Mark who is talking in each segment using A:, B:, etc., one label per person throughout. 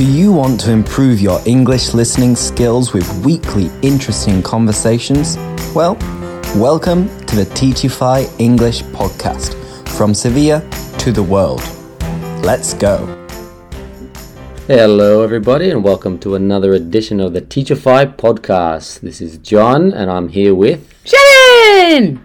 A: you want to improve your English listening skills with weekly interesting conversations? Well, welcome to the Teachify English podcast from Sevilla to the world. Let's go.
B: Hello, everybody, and welcome to another edition of the Teachify podcast. This is John, and I'm here with.
C: Shannon!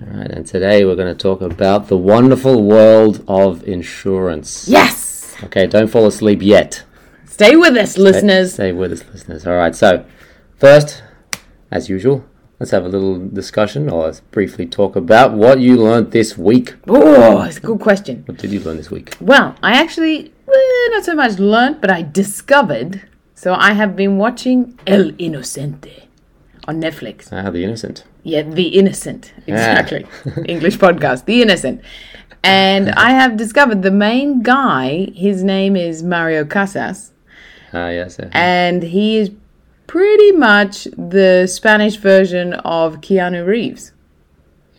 B: All right, and today we're going to talk about the wonderful world of insurance.
C: Yes!
B: Okay, don't fall asleep yet.
C: Stay with us, listeners.
B: Stay with us, listeners. All right, so first, as usual, let's have a little discussion or let's briefly talk about what you learned this week.
C: Oh, it's a good question.
B: What did you learn this week?
C: Well, I actually, eh, not so much learnt, but I discovered. So I have been watching El Inocente on Netflix.
B: Ah, the innocent.
C: Yeah, The Innocent. Exactly. English podcast, The Innocent. And I have discovered the main guy, his name is Mario Casas.
B: Ah, yes. Yeah,
C: and he is pretty much the Spanish version of Keanu Reeves.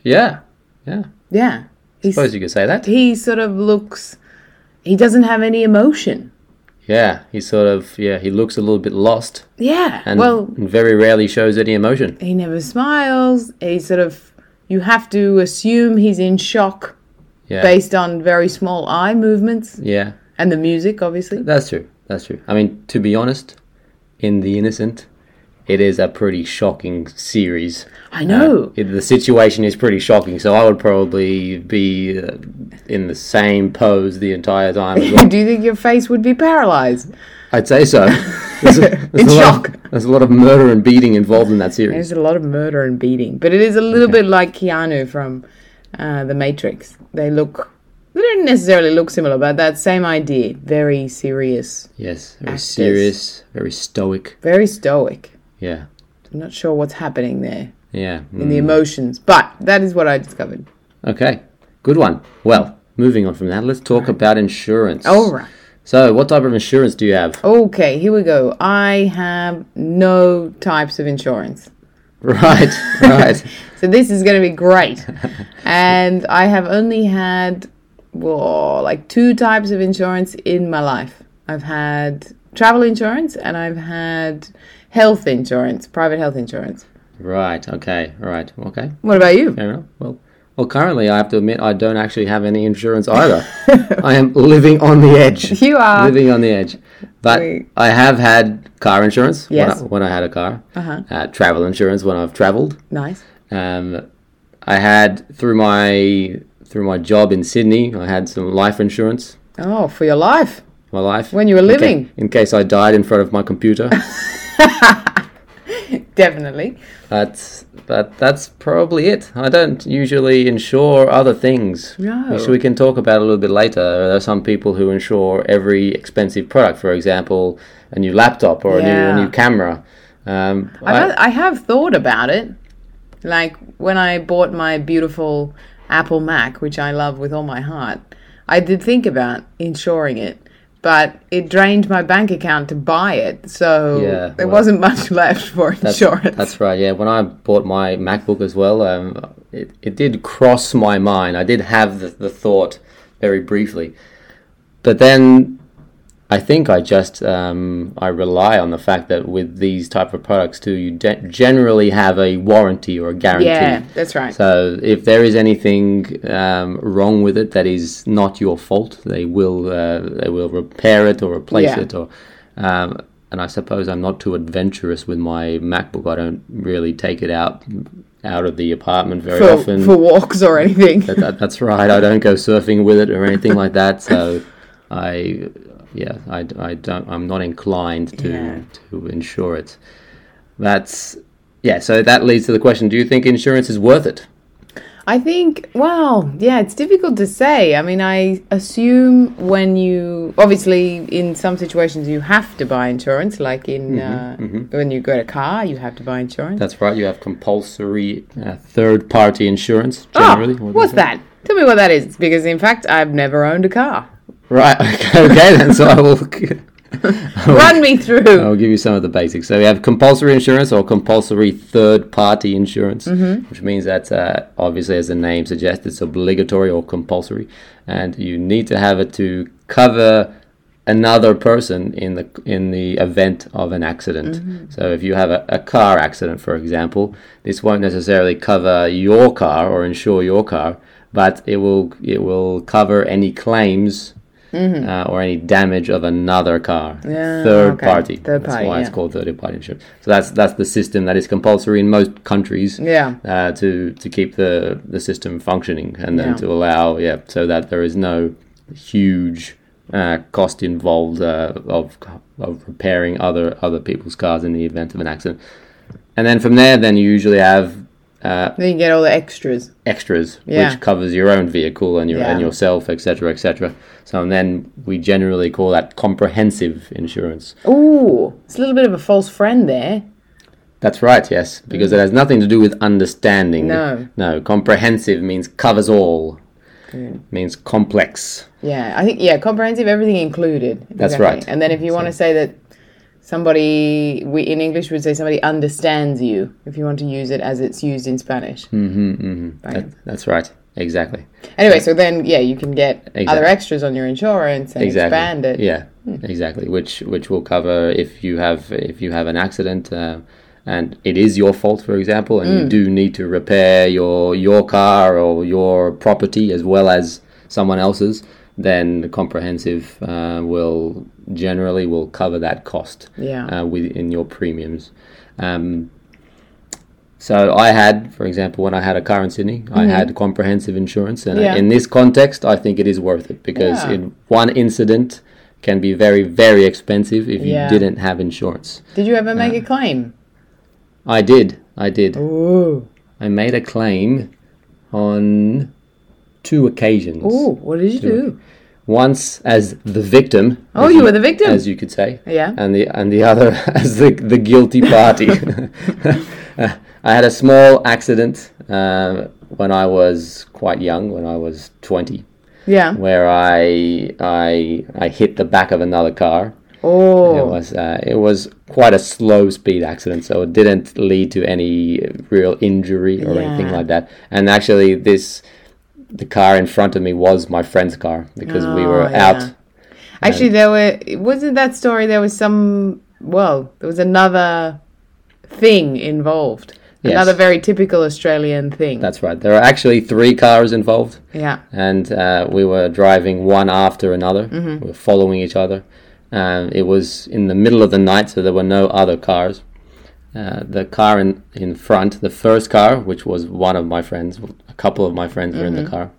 B: yeah. yeah.
C: Yeah. He's,
B: Suppose you could say that.
C: he sort of looks, he doesn't have any emotion.
B: Yeah, he sort of, yeah, he looks a little bit lost.
C: Yeah.
B: and
C: well,
B: very rarely shows any emotion.
C: he never smiles. He sort of, you have to assume he's in shock
B: Yeah,
C: based on very small eye movements
B: yeah,
C: and the music, obviously.
B: that's true. That's true. I mean, to be honest, in The Innocent, it is a pretty shocking series. Uh,
C: I know.
B: It- the situation is pretty shocking, so I would probably be uh, in the same pose the entire time. As well.
C: Do you think your face would be paralyzed?
B: I'd say so. There's a, there's
C: In
B: a lot
C: shock.
B: Of, there's a lot of murder and beating involved in that series.
C: There's a lot of murder and beating, but it is a little bit like Keanu from uh, The Matrix. They look, they don't necessarily look similar, but that same idea. Very serious,
B: Yes, very
C: Actors.
B: serious, very stoic.
C: very stoic.
B: Yeah,
C: I'm not sure what's happening there
B: yeah.
C: in the emotions, but that is what I discovered.
B: Okay, good one. Well, moving on from that, let's talk about insurance.
C: All Oh, right. Oh.
B: So, what type of insurance do you have?
C: Okay, here we go. I have no types of insurance.
B: Right, right.
C: So this is going to be great. and I have only had, well, like two types of insurance in my life. I've had travel insurance and I've had health insurance, private health insurance.
B: right, okay, right, okay.
C: What about you?
B: Fair enough. Well, well, currently, I have to admit, I don't actually have any insurance either. I am living on the edge.
C: You are.
B: Living on the edge. But
C: Wait.
B: I have had car insurance
C: Yes.
B: when, I, when I had a car, uh-huh. uh, travel insurance when I've traveled.
C: Nice.
B: Um, I had through my through my job in Sydney, I had some life insurance.
C: Oh, for your life.
B: my life.
C: When you were
B: In ca-
C: living.
B: in case I died in front of my computer.
C: Definitely.
B: that's that, that's probably it. I don't usually insure other things.
C: No.
B: Which we can talk about a little bit later. There are some people who insure every expensive product, for example, a new laptop or a, new,
C: Yeah.
B: a new camera. Um, I-
C: I, I have thought about it. Like when I bought my beautiful Apple Mac, which I love with all my heart, I did think about insuring it, but it drained my bank account to buy it, so
B: Yeah,
C: there
B: well,
C: wasn't much left for
B: that's,
C: insurance.
B: That's right. Yeah, when I bought my MacBook as well, um, it, it did cross my mind. I did have the, the thought very briefly, but then I think I just um, I rely on the fact that with these type of products too, you de- generally have a warranty or a guarantee.
C: yeah, that's right.
B: So if there is anything um, wrong with it that is not your fault, they will uh, they will repair it or replace
C: Yeah.
B: it. Or um, and I suppose I'm not too adventurous with my MacBook. I don't really take it out out of the apartment very
C: for,
B: often.
C: for walks or anything.
B: That, that's right. I don't go surfing with it or anything like that. So I yeah I, I don't I'm not inclined to
C: Yeah.
B: to insure it. That's yeah. So that leads to the question: Do you think insurance is worth it?
C: I think, well, yeah, it's difficult to say. I mean, I assume when you, obviously, in some situations you have to buy insurance, like in uh, when you got a car, you have to buy insurance.
B: Mm-hmm, That's right. You have compulsory uh, third-party insurance generally.
C: oh, what's that? Tell me what that is, because in fact, I've never owned a car.
B: Right. Okay, okay then. So I will. Oh.
C: Run me through.
B: I'll give you some of the basics. So we have compulsory insurance or compulsory third-party insurance, which means that uh, obviously, as the name suggests, it's obligatory or compulsory, and you need to have it to cover another person in the in the event of an accident. So if you have a, a car accident, for example, this won't necessarily cover your car or insure your car, but it will it will cover any claims uh, or any damage of another car,
C: Yeah,
B: third
C: okay.
B: party.
C: Third
B: that's
C: party,
B: why it's
C: yeah.
B: called third party insurance. So that's that's the system that is compulsory in most countries
C: Yeah.
B: uh, to to keep the the system functioning and then
C: Yeah.
B: to allow yeah so that there is no huge uh, cost involved uh, of of repairing other other people's cars in the event of an accident and then from there then you usually have uh,
C: Then you get all the extras.
B: extras
C: Yeah.
B: which covers your own vehicle and your and
C: Yeah.
B: yourself etc etc so and then we generally call that comprehensive insurance
C: Ooh, it's a little bit of a false friend there.
B: That's right, yes, because it has nothing to do with understanding.
C: Mm. No.
B: No, comprehensive means covers all, means complex.
C: Yeah, I think yeah, comprehensive, everything included.
B: That's
C: Exactly.
B: right.
C: And then if you want to say that somebody, we in English would say somebody understands you. If you want to use it as it's used in Spanish.
B: Hmm. That- that's right, exactly.
C: Anyway, so then yeah, you can get other
B: Exactly.
C: extras on your insurance and
B: Exactly.
C: expand it. Hmm.
B: Yeah, exactly. Which which will cover if you have if you have an accident uh, and it is your fault, for example, and
C: Mm.
B: you do need to repair your your car or your property as well as someone else's. Then the comprehensive uh, will generally will cover that cost.
C: Yeah.
B: uh, within your premiums. Um, so I had, for example, when I had a car in Sydney, I had comprehensive insurance, and
C: Mm-hmm. Yeah.
B: in this context, I think it is worth it because
C: Yeah.
B: in one incident can be very, very expensive if you
C: Yeah.
B: didn't have insurance.
C: Did you ever make
B: Uh-huh.
C: a claim?
B: I did, I did.
C: Ooh.
B: I made a claim on two occasions.
C: Ooh, what did you do?
B: Once as the victim.
C: Oh,
B: if
C: you were the victim.
B: as you could say.
C: Yeah.
B: And the and the other as the the guilty party. Uh, I had a small accident uh, when I was quite young, when I was twenty,
C: yeah.
B: where I I I hit the back of another car. It
C: Oh.
B: was uh, it was quite a slow speed accident, so it didn't lead to any real injury or anything
C: Yeah.
B: like that. And actually, this the car in front of me was my friend's car because we were
C: Oh, yeah.
B: out
C: Actually, there were wasn't that story. There was some. Well, there was another thing involved.
B: Yes.
C: Another very typical Australian thing.
B: That's right. There are actually three cars involved,
C: yeah.
B: and uh, we were driving one after another. We were following each other. Um, it was in the middle of the night, so there were no other cars. Uh, the car in, in front, the first car, which was one of my friends, a couple of my friends were in the car,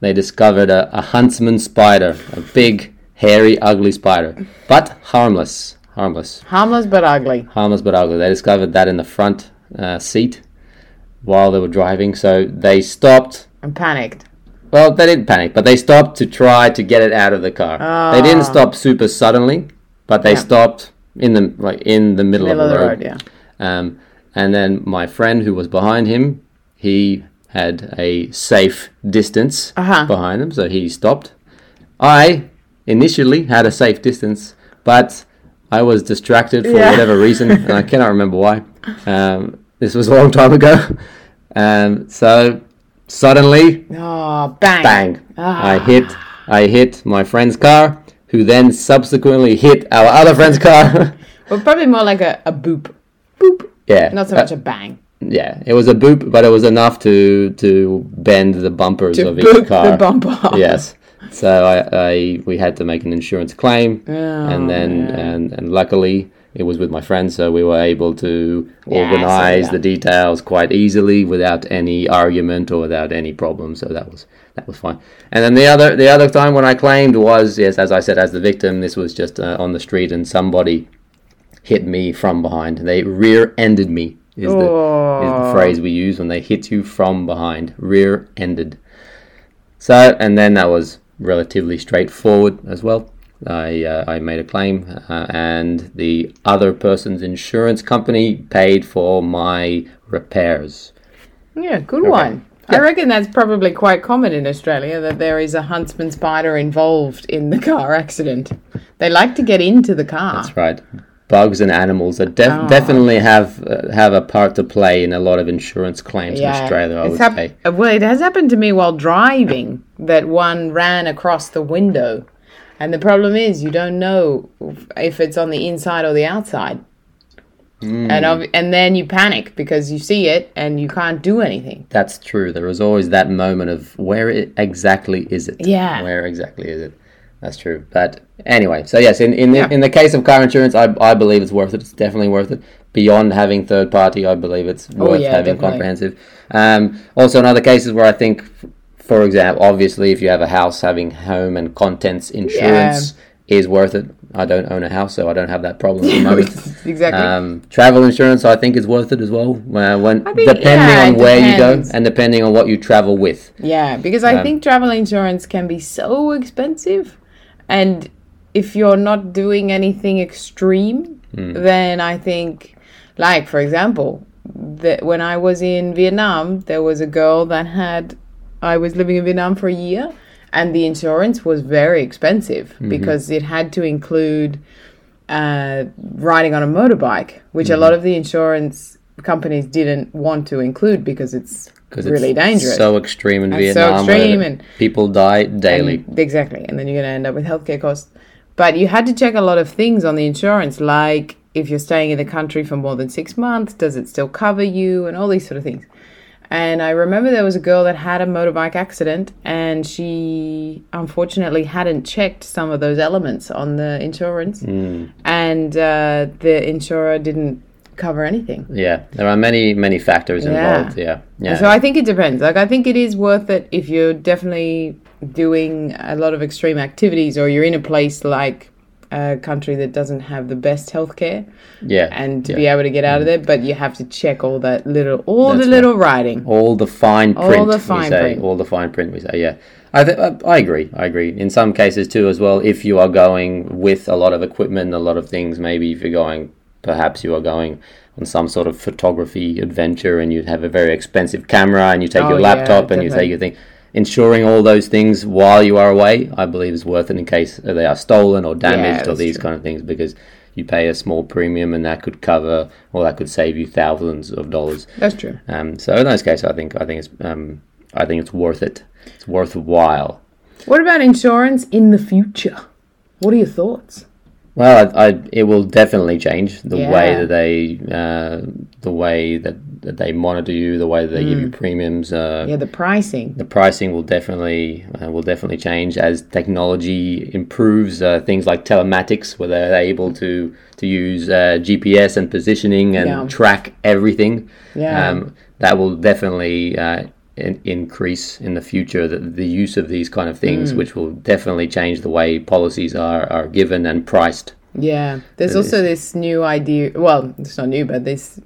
B: they discovered a, a huntsman spider, a big, hairy, ugly spider, but harmless. Harmless
C: Harmless but ugly.
B: harmless but ugly. They discovered that in the front uh, seat while they were driving, so they stopped.
C: I'm panicked.
B: Well, they didn't panic, but they stopped to try to get it out of the car. They didn't
C: Ah.
B: stop super suddenly, but they stopped in the like in the middle,
C: Middle
B: of the road.
C: yeah.
B: Um, and then my friend who was behind him, he had a safe distance
C: Uh-huh.
B: behind him, so he stopped. I initially had a safe distance, but I was distracted for
C: Yeah.
B: whatever reason, and I cannot remember why. Um, this was a long time ago. Um, so suddenly,
C: Oh, bang.
B: bang!
C: Ah.
B: I hit, I hit my friend's car, who then subsequently hit our other friend's car.
C: But probably more like a, a boop. Boop.
B: yeah,
C: Not so
B: that-
C: much a bang.
B: Yeah, it was a boop, but it was enough to to bend the bumpers
C: To
B: of
C: boop
B: each car.
C: the bumper.
B: Yes. So I, I we had to make an insurance claim,
C: Oh,
B: and then and, and luckily it was with my friends, so we were able to
C: Yeah, so
B: organize
C: yeah.
B: the details quite easily without any argument or without any problem. So that was that was fine. And then the other the other time when I claimed was yes, as I said, as the victim, this was just uh, on the street and somebody hit me from behind. They rear-ended me is the, is the
C: Oh.
B: phrase we use when they hit you from behind. Rear-ended. So and then that was relatively straightforward as well. I uh, I made a claim uh, and the other person's insurance company paid for my repairs.
C: Yeah, good one. I reckon that's probably quite common in Australia that there is a huntsman spider involved in the car accident. They like to get into the car.
B: That's right. Bugs and animals that def-
C: Oh.
B: definitely have uh, have a part to play in a lot of insurance claims in Australia. I
C: it's
B: would
C: hap-
B: say.
C: uh, Well, it has happened to me while driving that one ran across the window And the problem is, you don't know if it's on the inside or the outside.
B: Hmm.
C: And ob- and then you panic because you see it and you can't do anything.
B: That's true. There is always that moment of where it, exactly is it?
C: Yeah.
B: Where exactly is it? That's true. But anyway, so yes, in in, the, in the case of car insurance, I, I believe it's worth it. It's definitely worth it. Beyond having third party, I believe it's worth
C: Oh, yeah,
B: having
C: definitely.
B: comprehensive. Um, also, in other cases where I think, f- for example, obviously, if you have a house, having home and contents insurance is worth it. I don't own a house, so I don't have that problem at the moment.
C: Exactly.
B: Um, travel insurance, I think, is worth it as well. Uh, when
C: think-
B: depending
C: yeah,
B: on
C: it
B: where you go
C: depends.
B: and depending on what you travel with.
C: yeah, because I think travel insurance can be so expensive, and if you're not doing anything extreme, then I think, like for example, that when I was in Vietnam, there was a girl that had. I was living in Vietnam for a year, and the insurance was very expensive because it had to include uh, riding on a motorbike, which a lot of the insurance companies didn't want to include because it's
B: 'cause
C: really
B: it's
C: dangerous.
B: So extreme in
C: so
B: Vietnam. where
C: extreme and-
B: people die daily.
C: And- exactly. And then you're going to end up with healthcare costs. But you had to check a lot of things on the insurance, like if you're staying in the country for more than six months, does it still cover you, and all these sort of things. And I remember there was a girl that had a motorbike accident, and she unfortunately hadn't checked some of those elements on the insurance, and uh, the insurer didn't cover anything.
B: yeah, there are many many factors involved. Yeah, yeah.
C: So I think it depends. Like I think it is worth it if you're definitely doing a lot of extreme activities or you're in a place like a country that doesn't have the best healthcare
B: yeah,
C: and to
B: yeah.
C: be able to get out of there, but you have to check all that little all
B: That's
C: the little writing.
B: all the fine print.
C: the
B: we
C: fine
B: say.
C: print.
B: All the fine print. We say. Yeah, I th- I I agree. I agree. In some cases too, as well. If you are going with a lot of equipment, a lot of things, maybe if you're going, perhaps you are going on some sort of photography adventure, and you have a very expensive camera, and you take
C: Oh,
B: your
C: yeah,
B: laptop, and you take
C: definitely.
B: your thing. Ensuring all those things while you are away, I believe, is worth it in case they are stolen or damaged or
C: that's
B: these
C: true.
B: kind of things because you pay a small premium and that could cover or that could save you thousands of dollars.
C: That's true.
B: Um, so in those cases, I think I think it's um, I think it's worth it. It's worthwhile.
C: What about insurance in the future? What are your thoughts?
B: Well, I, I it will definitely change the way
C: Yeah.
B: that they uh, the way that, that they monitor you, the way that they give you premiums. Uh,
C: Mm. Yeah, the pricing.
B: The pricing will definitely uh, will definitely change as technology improves. Uh, things like telematics, where they're able to to use uh, GPS and positioning and
C: Yeah.
B: track everything.
C: Yeah.
B: Um, that will definitely uh, in- increase in the future the, the use of these kind of things, which will definitely change the way policies are, are given and priced.
C: Yeah. There's also this new idea, well, it's not new, but this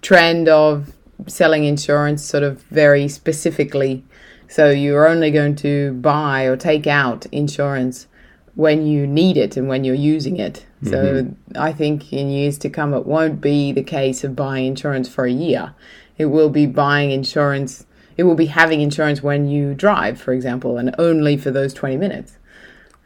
C: trend of selling insurance sort of very specifically. So you're only going to buy or take out insurance when you need it and when you're using it. So
B: Mm-hmm.
C: I think in years to come, it won't be the case of buying insurance for a year. It will be buying insurance, it will be having insurance when you drive, for example, and only for those 20 minutes.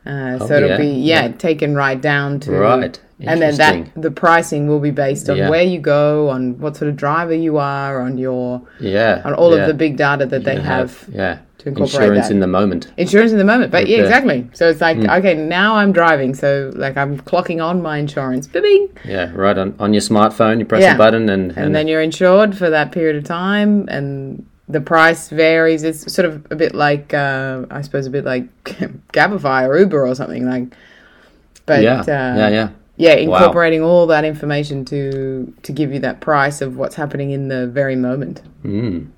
C: Uh, so it'll
B: Oh, yeah.
C: be yeah, taken right down to
B: Right.
C: and then that
B: Interesting.
C: the pricing will be based on
B: Yeah.
C: where you go, on what sort of driver you are, on your
B: Yeah.
C: on all
B: yeah.
C: of the big data that they
B: You
C: have.
B: yeah
C: incorporate
B: insurance
C: that.
B: in the moment.
C: Insurance in the moment, but yeah,
B: Okay. Hmm.
C: exactly. So it's like, okay, now I'm driving, so like I'm clocking on my insurance, bing,
B: Yeah, right on, on your smartphone, you press
C: Yeah.
B: a button and,
C: and then you're insured for that period of time, and the price varies. It's sort of a bit like, uh, I suppose, a bit like Gabify or Uber or something like. But
B: yeah,
C: uh,
B: yeah, yeah.
C: Yeah,
B: Wow.
C: incorporating all that information to to give you that price of what's happening in the very moment.
B: Hmm.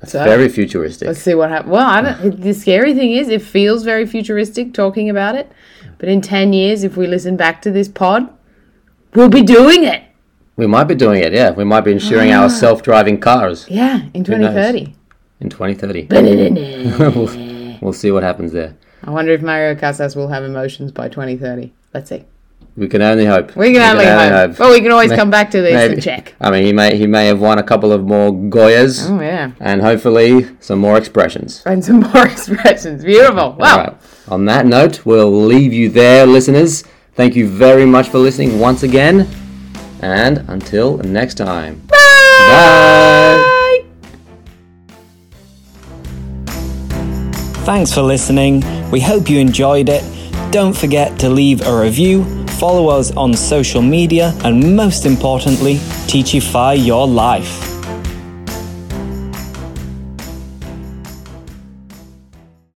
B: That's
C: so-
B: very futuristic.
C: Let's see what happens. Well, I don't. The scary thing is, it feels very futuristic talking about it, but in ten years, if we listen back to this pod, we'll be doing it.
B: We might be doing it. Yeah, we might be insuring our
C: Ah.
B: self-driving cars
C: Yeah, in twenty
B: knows?
C: thirty.
B: in 2030. we'll, we'll see what happens there.
C: I wonder if Mario Casas will have emotions by twenty thirty. Let's see.
B: We can only hope.
C: We can only hope. But we can always
B: May-
C: come back to this
B: Maybe.
C: and check.
B: I mean, he may he may have won a couple of more Goyas
C: Oh yeah,
B: and hopefully some more expressions.
C: and some more expressions. Beautiful. Wow.
B: All right. On that note, we'll leave you there, listeners. Thank you very much for listening once again, and until next time. Bye.
C: Bye.
A: Thanks for listening. We hope you enjoyed it. Don't forget to leave a review, follow us on social media, and most importantly, teachify your life.